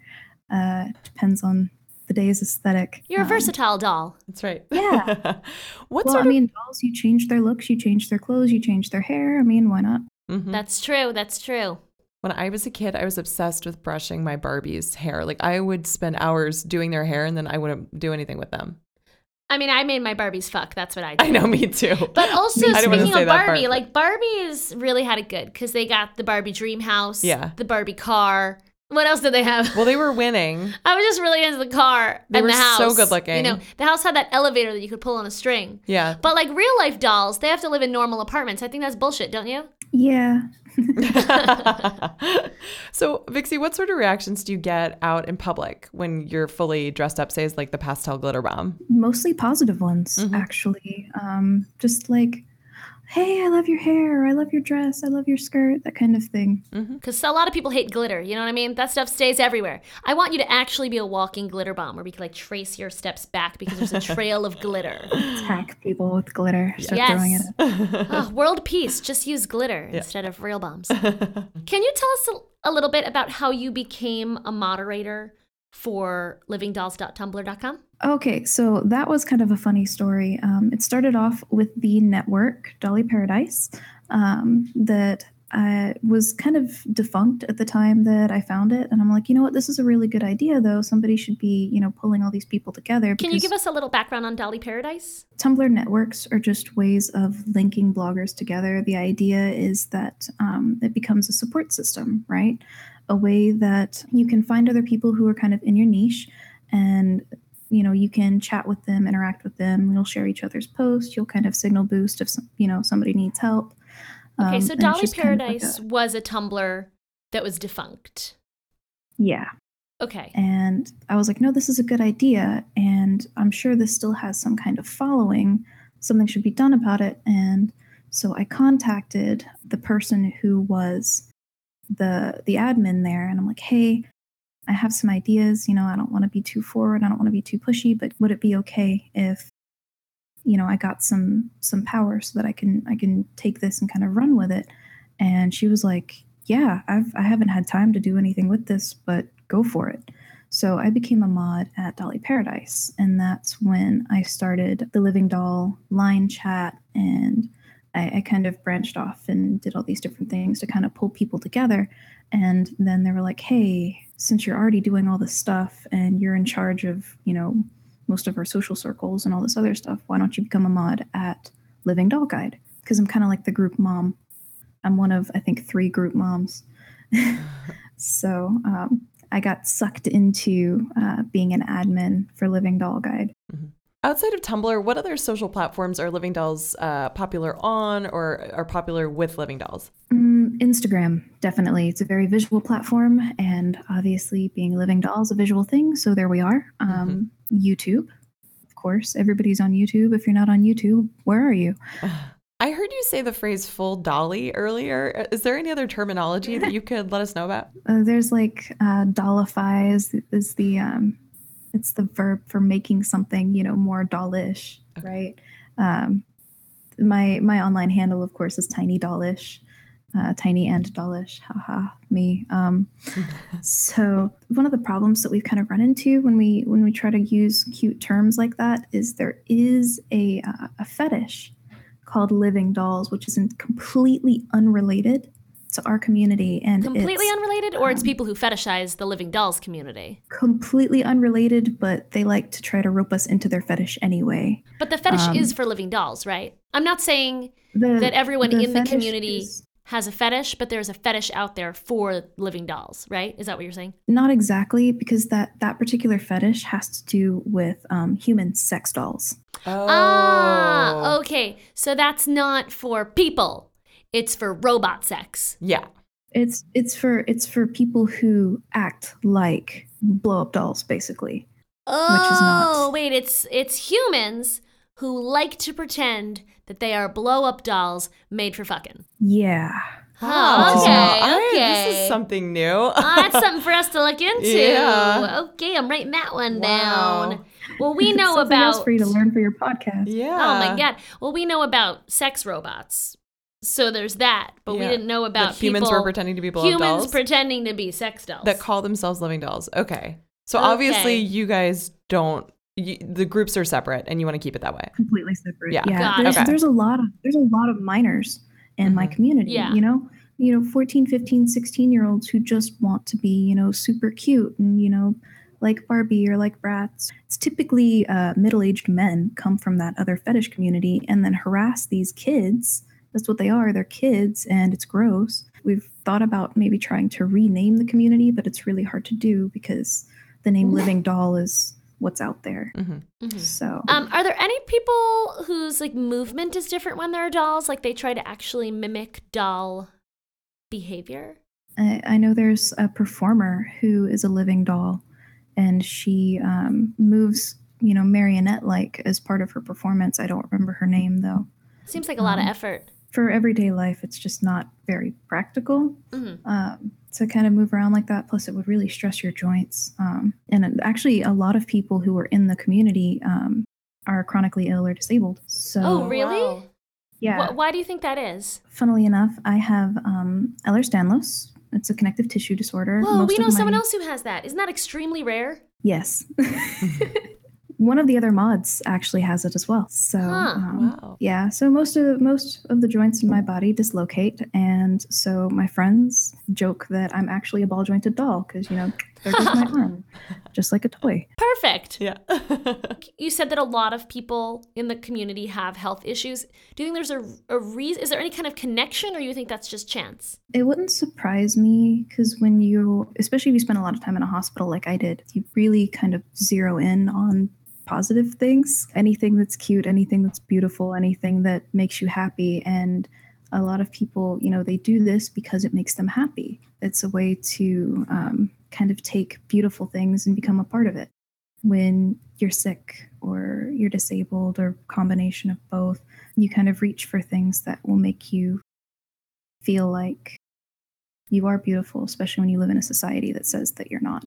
S6: Uh, depends on the day's aesthetic.
S3: You're a
S6: Um,
S3: versatile doll.
S2: That's right.
S6: Yeah.
S2: what
S6: well,
S2: sort
S6: I mean, dolls, you change their looks, you change their clothes, you change their hair. I mean, why not?
S2: of? Mhm.
S3: That's true. That's true.
S2: When I was a kid, I was obsessed with brushing my Barbie's hair. Like I would spend hours doing their hair, and then I wouldn't do anything with them.
S3: I mean, I made my Barbies fuck. That's what I did.
S2: I know, me too.
S3: But also,
S2: I didn't wanna
S3: speaking
S2: say
S3: of
S2: that
S3: Barbie,
S2: part.
S3: like Barbie's really had it good because they got the Barbie dream house,
S2: Yeah.
S3: the Barbie car. What else did they have?
S2: well, they were winning.
S3: I was just really into the car
S2: They
S3: and
S2: were
S3: the house.
S2: so good looking.
S3: You know, the house had that elevator that you could pull on a string.
S2: Yeah.
S3: But like real life dolls, they have to live in normal apartments. I think that's bullshit, don't you?
S6: Yeah.
S2: so, Vixie, what sort of reactions do you get out in public when you're fully dressed up, say, as like the pastel glitter bomb?
S6: Mostly positive ones,
S3: Mm-hmm.
S6: actually. Um, just like, hey, I love your hair. I love your dress. I love your skirt. That kind of thing.
S3: Because a lot of people hate glitter. You know what I mean? That stuff stays everywhere. I want you to actually be a walking glitter bomb where we could like trace your steps back because there's a trail of glitter.
S6: Attack people with glitter. Start
S3: Mm. Yes.
S6: throwing it at
S3: Oh, world peace. Just use glitter instead of real bombs. Can you tell us a, a little bit about how you became a moderator for livingdolls.tumblr.com?
S6: Okay, so that was kind of a funny story. Um, it started off with the network Dolly Paradise um, that uh, was kind of defunct at the time that I found it, and I'm like, you know what, this is a really good idea though. Somebody should be, you know, pulling all these people together.
S3: Can you give
S6: because
S3: us a little background on Dolly Paradise?
S6: Tumblr networks are just ways of linking bloggers together. The idea is that um, it becomes a support system, right? A way that you can find other people who are kind of in your niche and you know you can chat with them interact with them you'll share each other's posts you'll kind of signal boost if some, you know somebody needs help
S3: Okay,
S6: Um,
S3: so
S6: and it's
S3: Dolly
S6: just kind of like
S3: Paradise was a Tumblr that was defunct.
S6: a- yeah
S3: Okay.
S6: And I was like, no, this is a good idea. And I'm sure this still has some kind of following. Something should be done about it. And so I contacted the person who was the the admin there and I'm like, hey, I have some ideas, you know, I don't want to be too forward, I don't want to be too pushy, but would it be okay if you know, I got some some power so that I can I can take this and kind of run with it. And she was like, yeah, I've I haven't had time to do anything with this, but go for it. So I became a mod at Dolly Paradise, and that's when I started the Living Doll line chat, and I, I kind of branched off and did all these different things to kind of pull people together. And then they were like, "Hey, since you're already doing all this stuff and you're in charge of, you know, most of our social circles and all this other stuff, why don't you become a mod at Living Doll Guide? Because I'm kind of like the group mom. I'm one of I think three group moms." So um, I got sucked into uh, being an admin for Living Doll Guide.
S2: Outside of Tumblr, what other social platforms are Living Dolls uh, popular on or are popular with Living Dolls?
S6: Mm, Instagram, definitely. It's a very visual platform, and obviously, being living dolls a visual thing. So there we are. Um, YouTube, of course. Everybody's on YouTube. If you're not on YouTube, where are you?
S2: I heard you say the phrase full dolly earlier. Uh, Is there any other terminology that you could let us know about?
S6: Uh, there's like uh, dollify is, is the um, it's the verb for making something you know more dollish, right? Um, my my online handle, of course, is tiny dollish, uh, tiny and dollish. Haha, me. Um, so one of the problems that we've kind of run into when we when we try to use cute terms like that is there is a uh, a fetish called living dolls, which is in- completely unrelated to our community and
S3: Completely
S6: it's,
S3: unrelated, or it's
S6: um,
S3: people who fetishize the living dolls community.
S6: completely unrelated, but they like to try to rope us into their fetish anyway.
S3: But the fetish
S6: um,
S3: is for living dolls, right? I'm not saying
S6: The,
S3: that everyone in the
S6: fetish
S3: community
S6: is
S3: has a fetish, but there's a fetish out there for living dolls, right? Is that what you're saying?
S6: not exactly because that that particular fetish has to do with um, human sex dolls.
S2: Oh.
S3: Ah, okay. So that's not for people. It's for robot sex.
S2: Yeah.
S6: It's it's for it's for people who act like blow up dolls, basically.
S3: Oh,
S6: not-
S3: wait, it's it's humans who like to pretend that they are blow up dolls made for fucking.
S6: Yeah,
S3: Oh,
S2: Wow.
S3: okay,
S2: I-
S3: okay.
S2: this is something new.
S3: Oh, that's something for us to look into.
S2: Yeah.
S3: Okay, I'm writing that one
S2: Wow.
S3: down. Well, we know
S6: Something
S3: about
S6: else for you to learn for your podcast.
S2: yeah.
S3: Oh my god. Well, we know about sex robots. So there's that, but we
S2: Yeah.
S3: didn't know about
S2: That humans
S3: people,
S2: were pretending to be blow-up
S3: humans
S2: dolls?
S3: pretending to be sex dolls.
S2: that call themselves living dolls. Okay. So obviously
S3: Okay.
S2: you guys don't you, the groups are separate and you want to keep it that way.
S6: completely separate.
S2: Yeah.
S3: Got
S6: there's,
S2: it.
S6: there's a lot of there's a lot of minors in my
S2: Mhm.
S6: community,
S3: Yeah.
S6: you know. You know, 14, 15, 16 year olds who just want to be, you know, super cute and, you know, like Barbie or like Bratz. It's typically uh, middle aged men come from that other fetish community and then harass these kids. That's what they are. They're kids and it's gross. We've thought about maybe trying to rename the community, but it's really hard to do because the name Living Doll is what's out there.
S2: Mhm.
S3: Mhm.
S6: So,
S3: Um, are there any people whose like movement is different when they're dolls? Like they try to actually mimic doll behavior?
S6: I, I know there's a performer who is a living doll, and she um, moves, you know, marionette like as part of her performance. I don't remember her name though.
S3: Seems like a lot of
S6: Um,
S3: effort.
S6: For everyday life, it's just not very practical
S3: Mhm.
S6: um, to kind of move around like that. Plus, it would really stress your joints. Um, and it- actually, a lot of people who are in the community um, are chronically ill or disabled. So,
S3: Oh, really?
S2: wow.
S6: yeah.
S3: Wh- why do you think that is?
S6: Funnily enough, I have um, Ehlers-Danlos. It's a connective tissue disorder.
S3: Whoa,
S6: Most
S3: we
S6: of
S3: know someone
S6: my-
S3: else who has that. Isn't that extremely rare?
S6: Yes. One of the other mods actually has it as well. So
S3: Huh,
S6: um,
S2: Wow.
S6: yeah, so most of most of the joints in my body dislocate, and so my friends joke that I'm actually a ball jointed doll because you know there goes my arm, just like a toy.
S3: Perfect.
S2: Yeah. Mm-hmm,
S3: you said that a lot of people in the community have health issues. Do you think there's a, a reason? Is there any kind of connection, or you think that's just chance?
S6: It wouldn't surprise me because when you, especially if you spend a lot of time in a hospital like I did, you really kind of zero in on positive things. Anything that's cute, anything that's beautiful, anything that makes you happy. And a lot of people, you know, they do this because it makes them happy. It's a way to um, kind of take beautiful things and become a part of it. When you're sick or you're disabled or combination of both, you kind of reach for things that will make you feel like you are beautiful, especially when you live in a society that says that you're not.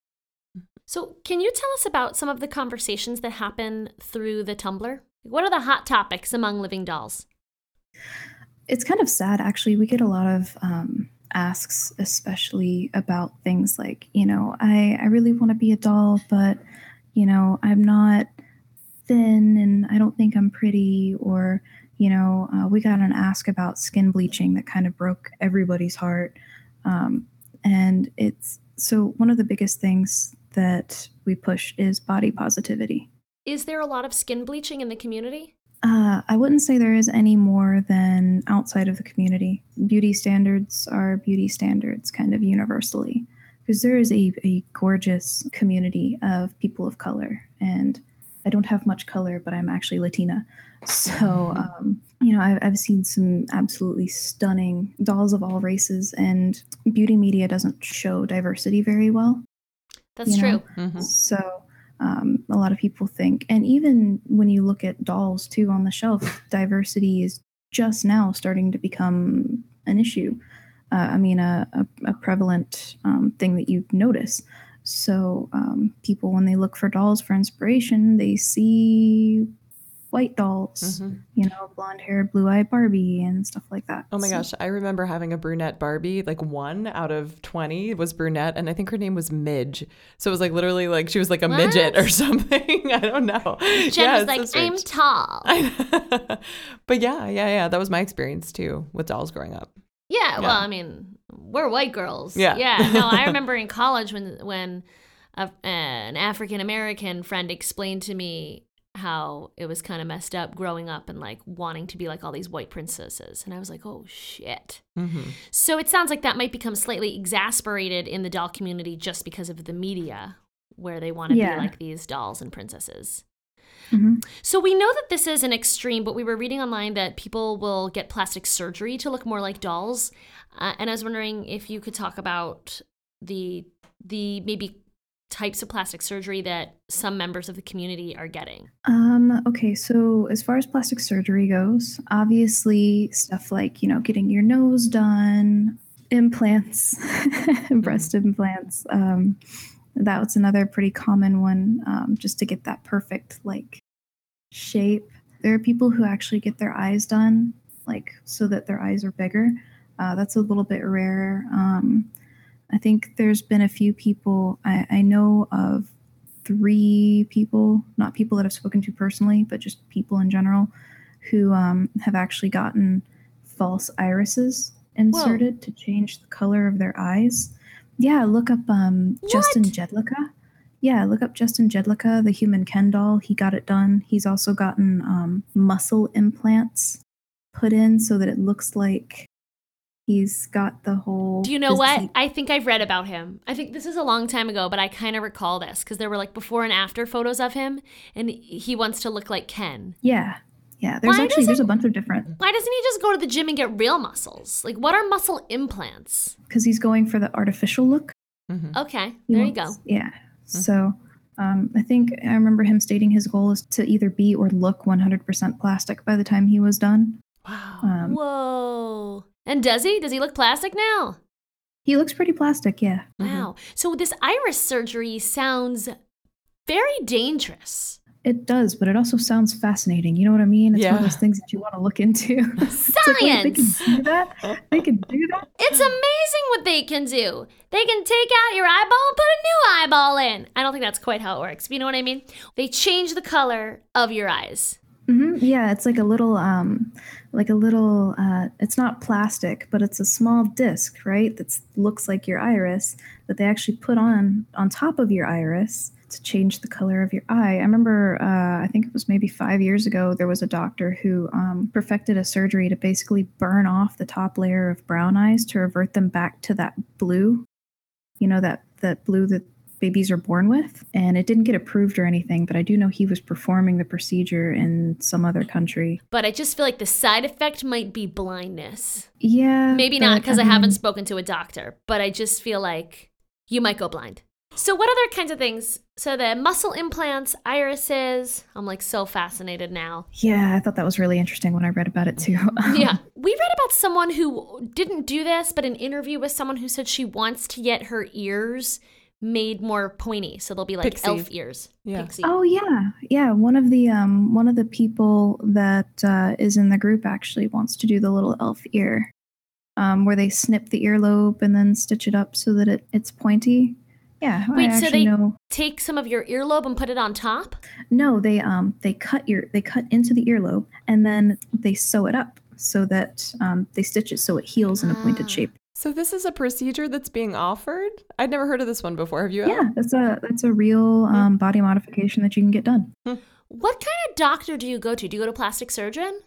S3: So, can you tell us about some of the conversations that happen through the Tumblr? What are the hot topics among living dolls?
S6: It's kind of sad, actually. We get a lot of um, asks, especially about things like, you know, I, I really want to be a doll, but, you know, I'm not thin and I don't think I'm pretty. Or, you know, uh, we got an ask about skin bleaching that kind of broke everybody's heart. Um, and it's so one of the biggest things that we push is body positivity.
S3: Is there a lot of skin bleaching in the community?
S6: Uh, I wouldn't say there is any more than outside of the community. Beauty standards are beauty standards, kind of universally. because there is a, a gorgeous community of people of color and i don't have much color but i'm actually latina so um, you know I've, I've seen some absolutely stunning dolls of all races and beauty media doesn't show diversity very well
S3: That's
S6: You
S3: true.
S6: know?
S2: Mm-hmm.
S6: so um, a lot of people think and even when you look at dolls too on the shelf diversity is just now starting to become an issue uh, i mean a, a, a prevalent um, thing that you notice so um, people when they look for dolls for inspiration they see white dolls
S2: Mhm.
S6: you know blonde hair blue eye barbie and stuff like that
S2: Oh my
S6: So-
S2: gosh, I remember having a brunette Barbie, like one out of 20 was brunette, and I think her name was Midge. So it was like literally like she was like a midget or something. I don't know.
S3: Jen
S2: yeah,
S3: was like,
S2: it's so
S3: I'm
S2: strange.
S3: tall.
S2: but yeah, yeah, yeah. That was my experience too with dolls growing up.
S3: Yeah, well,
S2: Yeah.
S3: I mean, we're white girls.
S2: Yeah.
S3: yeah. No, I remember in college when when a, an African American friend explained to me how it was kind of messed up growing up and like wanting to be like all these white princesses, and I was like, oh shit.
S2: Mhm.
S3: So it sounds like that might become slightly exasperated in the doll community just because of the media, where they want to
S6: Yeah.
S3: be like these dolls and princesses.
S6: Mhm.
S3: So we know that this is an extreme, but we were reading online that people will get plastic surgery to look more like dolls, uh, and I was wondering if you could talk about the the maybe types of plastic surgery that some members of the community are getting.
S6: Um, okay, so as far as plastic surgery goes, obviously stuff like, you know, getting your nose done, implants, breast implants, um, that was another pretty common one, um, just to get that perfect like shape. There are people who actually get their eyes done, like so that their eyes are bigger. Uh, that's a little bit rarer. Um, I think there's been a few people I, I know of three people, not people that I've spoken to personally, but just people in general, who um, have actually gotten false irises inserted to change the color of their eyes. Yeah, look up um, Justin Jedlicka. Yeah, look up Justin Jedlicka, the human Ken doll. He got it done. He's also gotten um, muscle implants put in so that it looks like he's got the whole.
S3: Do you know what?
S6: physique-
S3: I think I've read about him. I think this is a long time ago, but I kind of recall this because there were like before and after photos of him, and he wants to look like Ken.
S6: Yeah, yeah. There's
S3: Why
S6: actually
S3: does
S6: there's
S3: it-
S6: a bunch of different
S3: Why doesn't he just go to the gym and get real muscles? Like, what are muscle implants?
S6: because he's going for the artificial look.
S2: Mhm.
S3: Okay,
S6: He
S3: there you go. Hmm.
S6: wants- Yeah. So um, I think I remember him stating his goal is to either be or look 100% plastic by the time he was done.
S2: Wow.
S6: Um,
S3: Whoa. And does he? Does he look plastic now?
S6: he looks pretty plastic, yeah.
S2: Mhm.
S3: Wow. So this iris surgery sounds very dangerous.
S6: It does, but it also sounds fascinating. You know what I mean? It's one
S2: Yeah.
S6: of those things that you want to look into. Science. they can
S3: Science!
S6: do that. They can do that.
S3: It's amazing what they can do. They can take out your eyeball and put a new eyeball in. I don't think that's quite how it works. But you know what I mean? They change the color of your eyes.
S6: hmm Yeah, it's like a little, um, like a little. Uh, it's not plastic, but it's a small disc, right? That looks like your iris that they actually put on on top of your iris to change the color of your eye. I remember, uh, I think it was maybe five years ago, there was a doctor who um, perfected a surgery to basically burn off the top layer of brown eyes to revert them back to that blue. You know that that blue that babies are born with and it didn't get approved or anything but i do know he was performing the procedure in some other country
S3: But I just feel like the side effect might be blindness.
S6: yeah
S3: Maybe not
S6: but, um,
S3: because I haven't
S6: mean,
S3: spoken to a doctor, but I just feel like you might go blind. So, what other kinds of things? So, the muscle implants, irises. I'm like so fascinated now.
S6: yeah i thought that was really interesting when i read about it too
S3: Yeah. We read about someone who didn't do this, but an interview with someone who said she wants to get her ears made more pointy. So they'll be like
S2: Pixie.
S3: elf ears.
S2: Yeah.
S3: Pixie.
S6: oh yeah yeah one of the um one of the people that uh, is in the group actually wants to do the little elf ear um where they snip the earlobe and then stitch it up so that it, it's pointy yeah
S3: Wait,
S6: i
S3: so
S6: actually
S3: they-
S6: know
S3: Take some of your earlobe and put it on top.
S6: No, they um they cut your they cut into the earlobe and then they sew it up so that um, they stitch it so it heals in a
S3: Ah.
S6: pointed shape.
S2: So this is a procedure that's being offered? I'd never heard of this one before. Have you? Ella?
S6: Yeah, that's a that's a real um, body modification that you can get done.
S3: What kind of doctor do you go to? Do you go to plastic surgeon?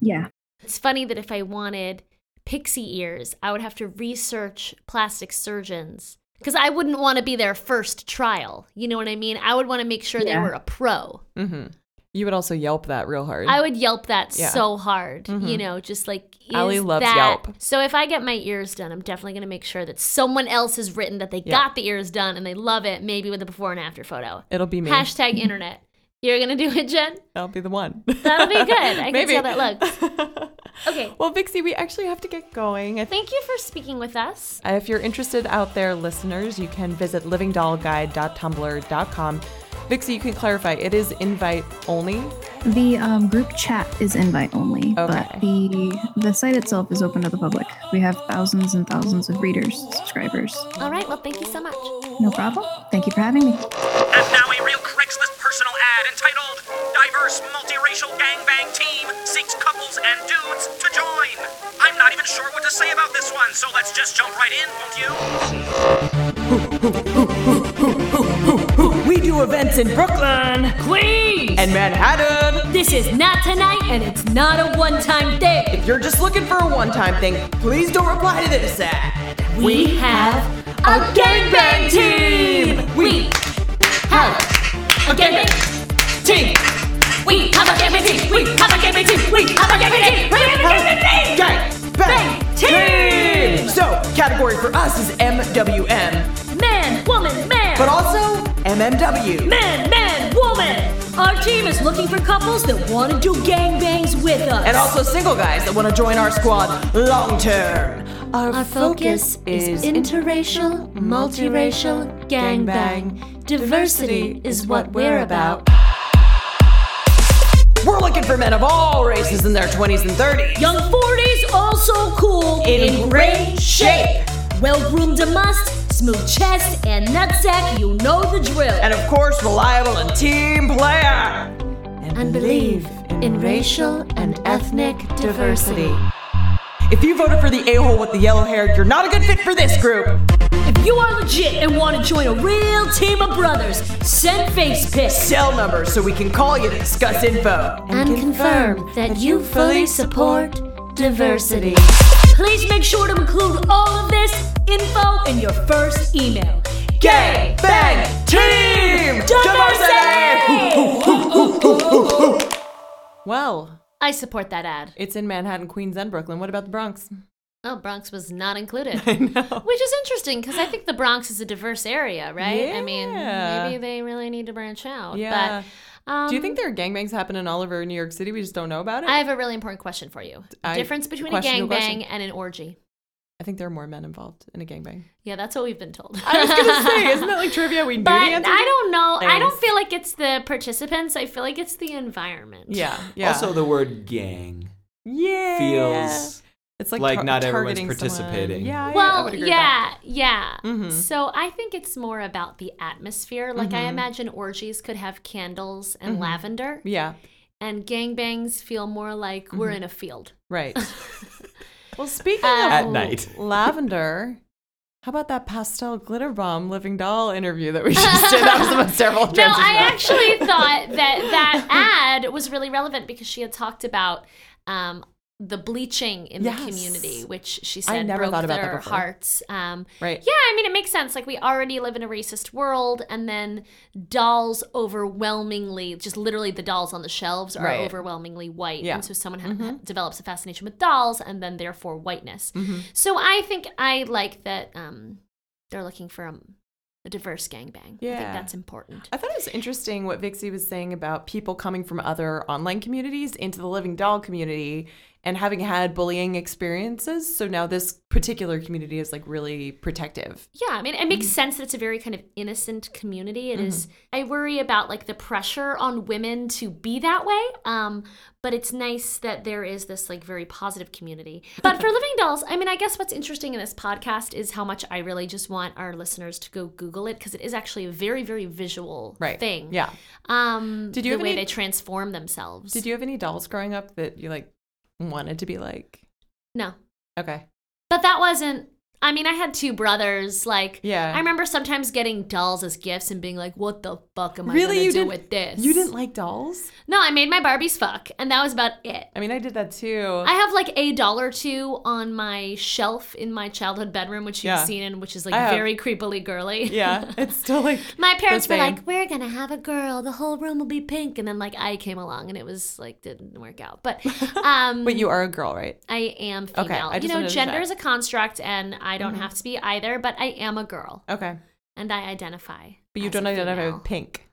S6: Yeah.
S3: It's funny that if I wanted pixie ears, I would have to research plastic surgeons Because I wouldn't want to be their first trial. You know what I mean? I would want to make sure they
S6: Yeah.
S3: were a pro.
S2: Mm-hmm. You would also Yelp that real hard.
S3: I would Yelp that
S2: Yeah.
S3: so hard. You
S2: Mhm.
S3: know, just like is
S2: Ally loves
S3: that-
S2: Yelp.
S3: So if I get my ears done, I'm definitely gonna make sure that someone else has written that they
S2: Yeah.
S3: got the ears done and they love it, maybe with a before and after photo.
S2: It'll be me.
S3: Hashtag internet. You're gonna do it, Jen?
S2: I'll be the one.
S3: That'll be good. I can
S2: Maybe.
S3: see how that looks. Okay.
S2: Well, Vixie, we actually have to get going. I think
S3: Thank you for speaking with us.
S2: if you're interested out there, listeners, you can visit livingdollguide.tumblr.com. Vixie, you can clarify it is invite only.
S6: The um, group chat is invite only,
S2: Okay.
S6: but the the site itself is open to the public. We have thousands and thousands of readers, subscribers.
S3: All right, well thank you so much.
S6: No problem. Thank you for having me.
S1: And now a real Craigslist personal ad entitled Diverse Multiracial Gangbang Team Seeks Couples and Dudes to Join. I'm not even sure what to say about this one, so let's just jump right in, won't you?
S7: We do events in Brooklyn
S3: Please!
S7: and Manhattan.
S3: This is not tonight and it's not a one-time thing.
S7: If you're just looking for a one time thing, please don't reply to this ad.
S3: We have a gangbang team! We have a gangbang team! We have a gangbang team! We have a gangbang team! We have a gangbang team! We have a gangbang team!
S7: Gang! Bang! Team! So, Oh, category for us is MWM,
S3: Man, woman, man!
S7: but also MMW.
S3: Man, man, woman! Our team is looking for couples that want to do gangbangs with us.
S7: And also single guys that want to join our squad long term.
S2: Our,
S3: interracial,
S2: multiracial gangbang. Diversity is what we're about.
S7: We're looking for men of all races in their 20s and 30s.
S3: Young 40s, also cool,
S7: In great shape.
S3: Well groomed and must, smooth chest and nutsack, you know the drill.
S7: And of course, reliable and team player.
S3: And believe in racial and ethnic diversity.
S7: If you voted for the a hole with the yellow hair, you're not a good fit for this group.
S3: If you are legit and want to join a real team of brothers, send face pics
S7: Cell numbers so we can call you to discuss info.
S3: and confirm that you fully support diversity. Please make sure to include all of this info in your first email.
S7: Gang, bang, team!
S3: Diversity!
S2: Well,
S3: I support that ad.
S2: it's in Manhattan, Queens, and Brooklyn. What about the Bronx?
S3: Oh, Bronx was not included. Which is interesting because I think the Bronx is a diverse area, right? I mean,
S2: Yeah.
S3: maybe they really need to branch out.
S2: Yeah.
S3: But, um,
S2: Do you think there are gangbangs happening all over New York City? We just don't know about it.
S3: I have a really important question for you.
S2: I-
S3: Difference between a
S2: question, question.
S3: gangbang and an orgy.
S2: I think there are more men involved in a gangbang.
S3: Yeah, that's what we've been told.
S2: I was gonna say, isn't that like trivia? We knew
S3: But
S2: the
S3: I
S2: answer. to?
S3: don't know. I don't
S2: Thanks.
S3: feel like it's the participants. I feel like it's the environment.
S2: Yeah, yeah.
S4: Also, the word gang
S2: yeah.
S4: feels
S2: it's like,
S4: like
S2: tar-
S4: not everyone's
S2: targeting someone.
S4: participating.
S2: Yeah, I- I
S3: Well,
S2: would agree with
S3: yeah, yeah.
S2: Mhm.
S3: So I think it's more about the atmosphere. Like
S2: Mm-hmm.
S3: I imagine orgies could have candles and lavender.
S2: that. Mm-hmm. Yeah, Mm-hmm.
S3: and gangbangs feel more like we're in a field.
S2: right. well, speaking
S3: Uh,
S2: of
S4: at night.
S2: lavender, how about that pastel glitter bomb living doll interview that we just did? That was the most terrible
S3: No,
S2: transition.
S3: I actually thought that that ad was really relevant because she had talked about um, the bleaching in
S2: Yes.
S3: the community, which she
S2: I
S3: said
S2: never
S3: broke
S2: thought about that
S3: their
S2: before.
S3: hearts. Um,
S2: Right.
S3: Yeah, I mean, it makes sense. Like we already live in a racist world, and then dolls overwhelmingly, just literally the dolls on the shelves are
S2: Right.
S3: overwhelmingly white,
S2: Yeah. Mm-hmm.
S3: and so someone ha- develops a fascination with dolls, and then therefore whiteness.
S2: Mm-hmm.
S3: So I think I like that um, they're looking for um, a diverse gangbang. I think
S2: Yeah.
S3: that's important.
S2: I thought it was interesting what Vixie was saying about people coming from other online communities into the Living Doll community and having had bullying experiences. So now this particular community is like really protective.
S3: Yeah, I mean, it
S2: Mm-hmm.
S3: makes sense that it's a very kind of innocent community. It is. I worry about like the pressure on women to be that way. Um, but it's nice that there is this like very positive community. But for Living Dolls, I mean, I guess what's interesting in this podcast is how much I really just want our listeners to go Google it because it is actually a very, very visual
S2: Right.
S3: thing.
S2: Yeah.
S3: Um,
S2: Did you
S3: the
S2: have
S3: way
S2: any-
S3: they transform themselves?
S2: Did you have any dolls growing up that you like wanted to be like?
S3: No,
S2: Okay.
S3: but that wasn't. I mean, I had two brothers. Like,
S2: Yeah.
S3: I remember sometimes getting dolls as gifts and being like, "What the fuck am
S2: Really,
S3: I
S2: you
S3: gonna do
S2: didn't-
S3: with this?"
S2: You didn't like dolls?
S3: No, I made my Barbies fuck, and that was about it.
S2: I mean, I did that too.
S3: I have like a dollar or two on my shelf in my childhood bedroom, which you've
S2: Yeah.
S3: seen, and which is like
S2: I have-
S3: very creepily girly.
S2: yeah, it's still like
S3: My parents
S2: the
S3: were
S2: same.
S3: like, "We're gonna have a girl. The whole room will be pink." And then like I came along, and it was like didn't work out. But um,
S2: But you are a girl, right?
S3: I am female.
S2: I
S3: you
S2: just
S3: know,
S2: wanted to
S3: gender
S2: check. Mm-hmm.
S3: is a construct, and I don't have to be either. But I am a girl,
S2: Okay,
S3: and I identify.
S2: but you
S3: as a
S2: don't identify
S3: female.
S2: with pink.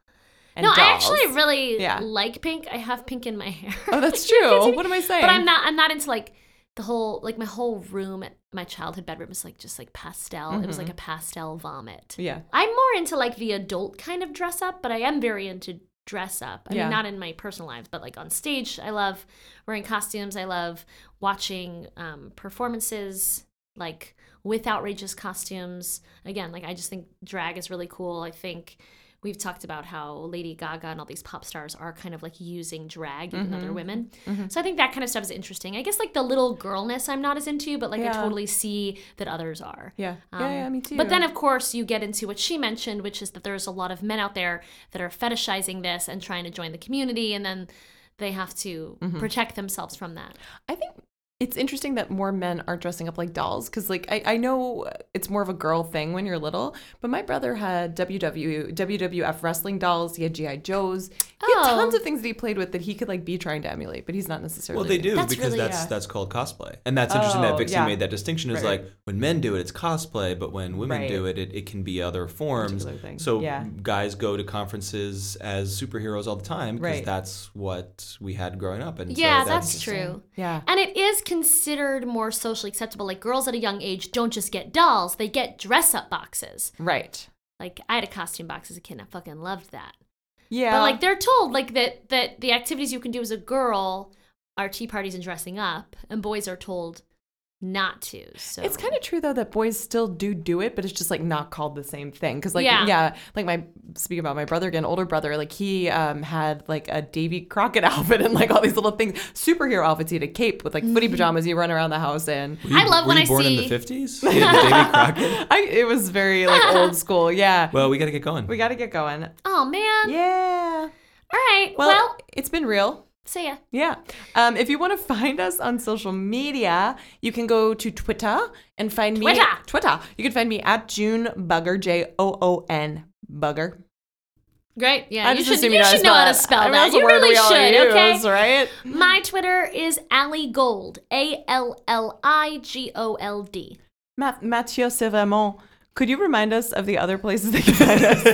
S2: And
S3: No, I
S2: dolls.
S3: actually really
S2: Yeah.
S3: like pink. I have pink in my hair.
S2: Oh, that's
S3: You kidding
S2: true.
S3: me?
S2: What am I saying?
S3: But I'm not. I'm not into like the whole like my whole room. at My childhood bedroom was like just like pastel. It
S2: Mm-hmm.
S3: was like a pastel vomit.
S2: Yeah.
S3: I'm more into like the adult kind of dress up, but I am very into dress up. I
S2: Yeah.
S3: mean, not in my personal lives, but like on stage, I love wearing costumes. I love watching um, performances like with outrageous costumes. Again, like I just think drag is really cool. I think we've talked about how Lady Gaga and all these pop stars are kind of like using drag, even though
S2: Mm-hmm.
S3: they're women. So I think that kind of stuff is interesting. I guess like the little girlness I'm not as into, but like I
S2: Yeah.
S3: totally see that others are.
S2: Yeah. yeah, yeah, me too.
S3: Um, But then, of course, you get into what she mentioned, which is that there's a lot of men out there that are fetishizing this and trying to join the community, and then they have to
S2: Mm-hmm.
S3: protect themselves from that.
S2: I think it's interesting that more men are dressing up like dolls because, like, I, I know it's more of a girl thing when you're little, but my brother had WW, WWF wrestling dolls. He had GI Joes. He had
S3: Oh.
S2: tons of things that he played with that he could like be trying to emulate, but he's not necessarily.
S4: Well, they do
S3: That's
S4: because
S3: really-
S4: that's
S2: yeah.
S4: that's called cosplay, and that's interesting that
S2: Oh,
S4: Vixie
S2: yeah.
S4: made that distinction. Is
S2: Right, right.
S4: like when men do it, it's cosplay, but when women
S2: Right.
S4: do it, it, it can be other forms.
S2: Particular thing.
S4: So
S2: Yeah.
S4: guys go to conferences as superheroes all the time because
S2: Right.
S4: that's what we had growing up. And so
S3: yeah,
S4: that's,
S3: that's true.
S2: Yeah.
S3: And it is considered more socially acceptable. Like girls at a young age don't just get dolls, they get dress up boxes.
S2: Right.
S3: Like I had a costume box as a kid and I fucking loved that.
S2: Yeah.
S3: But like they're told like that that the activities you can do as a girl are tea parties and dressing up, and boys are told not to. So
S2: It's kind of true though that boys still do do it, but it's just like not called the same thing. Because like
S3: Yeah.
S2: yeah. like my speaking about my brother again, older brother, like he um, had like a Davy Crockett outfit and like all these little things, superhero outfits. He had a cape with like footy
S3: Mm-hmm.
S2: pajamas. He run around the house in.
S4: Were you-
S3: I love
S4: were
S3: when
S4: you
S3: I
S4: born in
S3: see-
S4: the fifties. Davy Crockett.
S2: I, it was very like old school. Yeah,
S4: Well, we got to get going.
S2: we got to get going.
S3: Oh man.
S2: Yeah.
S3: All right.
S2: Well,
S3: Well,
S2: it's been real.
S3: see ya.
S2: Yeah. Um, if you want to find us on social media, you can go to Twitter and find me.
S3: Twitter.
S2: Twitter. You can find me at June Bugger, J O O N Bugger.
S3: Great. Yeah.
S2: I
S3: you
S2: just
S3: should,
S2: assume
S3: you
S2: know
S3: should know how to spell
S2: I mean,
S3: that.
S2: That's a
S3: You
S2: word
S3: really
S2: we all
S3: should. okay.
S2: use, right?
S3: My Twitter is Allie Gold. A L L I G O L D.
S2: Ma- Mathieu Sevamon, could you remind us of the other places they can find us?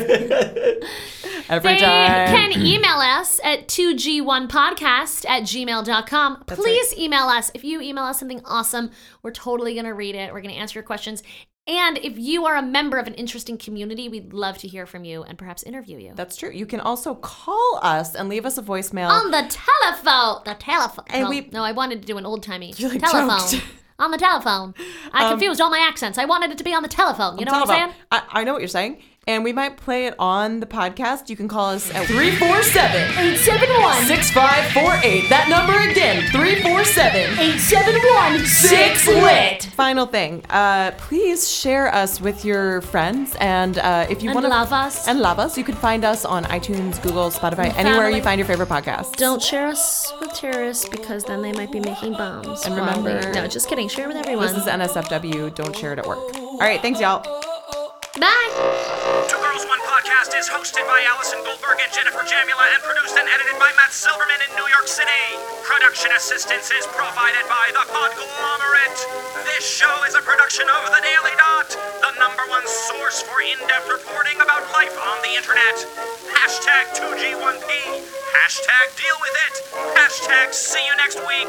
S2: Every
S3: They
S2: time.
S3: can email us at 2g1podcast at gmail.com. Please email us. If you email us something awesome, we're totally going to read it. We're going to answer your questions. And if you are a member of an interesting community, we'd love to hear from you and perhaps interview you.
S2: That's true. You can also call us and leave us a voicemail.
S3: On the telephone. The telephone.
S2: And
S3: no,
S2: we-
S3: no, I wanted to do an old timey
S2: You, like,
S3: telephone.
S2: choked.
S3: On the telephone. I
S8: Um,
S3: confused all my accents. I wanted it to be on the telephone. You know what I'm
S2: Telephone.
S3: saying?
S2: I, I know what you're saying. And we might play it on the podcast. You can call us at 347
S5: 871
S2: 6548. That number again 347
S5: 871
S2: Six lit. Final thing, uh, please share us with your friends, and uh, if you
S3: And
S2: want to
S3: love us.
S2: and love us, you can find us on iTunes, Google, Spotify, anywhere you find your favorite podcast.
S8: Don't share us with terrorists because then they might be making bombs.
S2: And
S8: while
S2: remember-
S8: we- no, just kidding. Share with everyone.
S2: This is NSFW. Don't share it at work. All right, thanks, y'all.
S3: Bye.
S1: Two Girls One Podcast is hosted by Allison Goldberg and Jennifer Jamula and produced and edited by Matt Silverman in New York City. Production assistance is provided by the Podglomerate. This show is a production of The Daily Dot, the number one source for in-depth reporting about life on the internet. Hashtag 2G1P. Hashtag deal with it. Hashtag see you next week.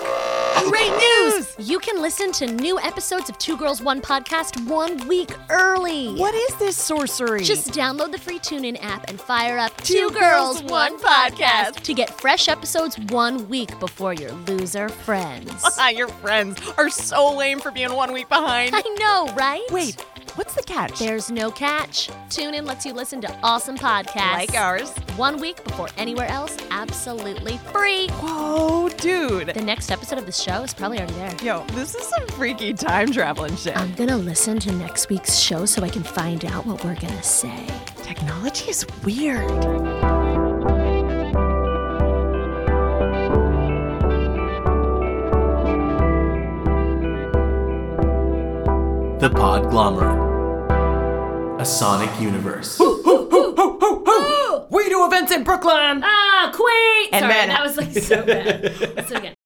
S5: Great news! You can listen to new episodes of Two Girls One Podcast one week
S3: er,
S5: early.
S9: What is this sorcery?
S5: Just download the free TuneIn app and fire up
S9: Two Girls, One Podcast.
S5: to get fresh episodes one week before your loser friends.
S9: your friends are so lame for being one week behind.
S5: I know, right?
S9: Wait,
S2: What's the catch?
S3: There's no catch. TuneIn lets you listen to awesome podcasts
S2: like ours.
S3: one week before anywhere else, absolutely free.
S2: Whoa, dude.
S3: The next episode of the show is probably already there.
S2: Yo, this is some freaky time traveling shit.
S3: I'm gonna listen to next week's show so I can find out what we're gonna say.
S2: Technology is weird.
S10: The Podglomerate. A Sonic Universe.
S11: We do events in Brooklyn.
S12: Ah, Queen. Sorry,
S2: Oh,
S11: Manhattan.
S12: that was like so bad. Let's do it again.